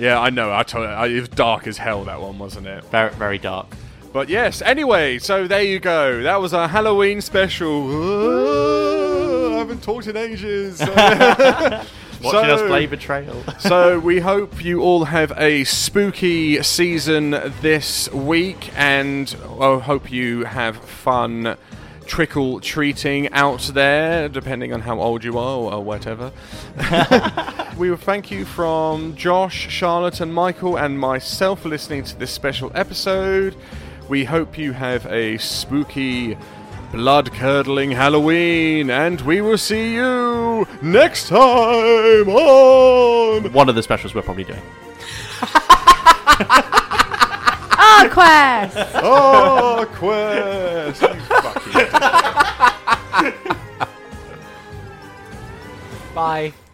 Yeah, I know. I told I, it was dark as hell that one, wasn't it? Very, very dark. But yes. Anyway, so there you go. That was our Halloween special. I haven't talked in ages. Watching us So- play Betrayal. so we hope you all have a spooky season this week and I hope you have fun trick or treating out there depending on how old you are or, or whatever we will thank you from josh charlotte and michael and myself for listening to this special episode we hope you have a spooky blood curdling halloween and we will see you next time on One of the specials we're probably doing. Ah, quest! Oh, Quest! You fucking Bye.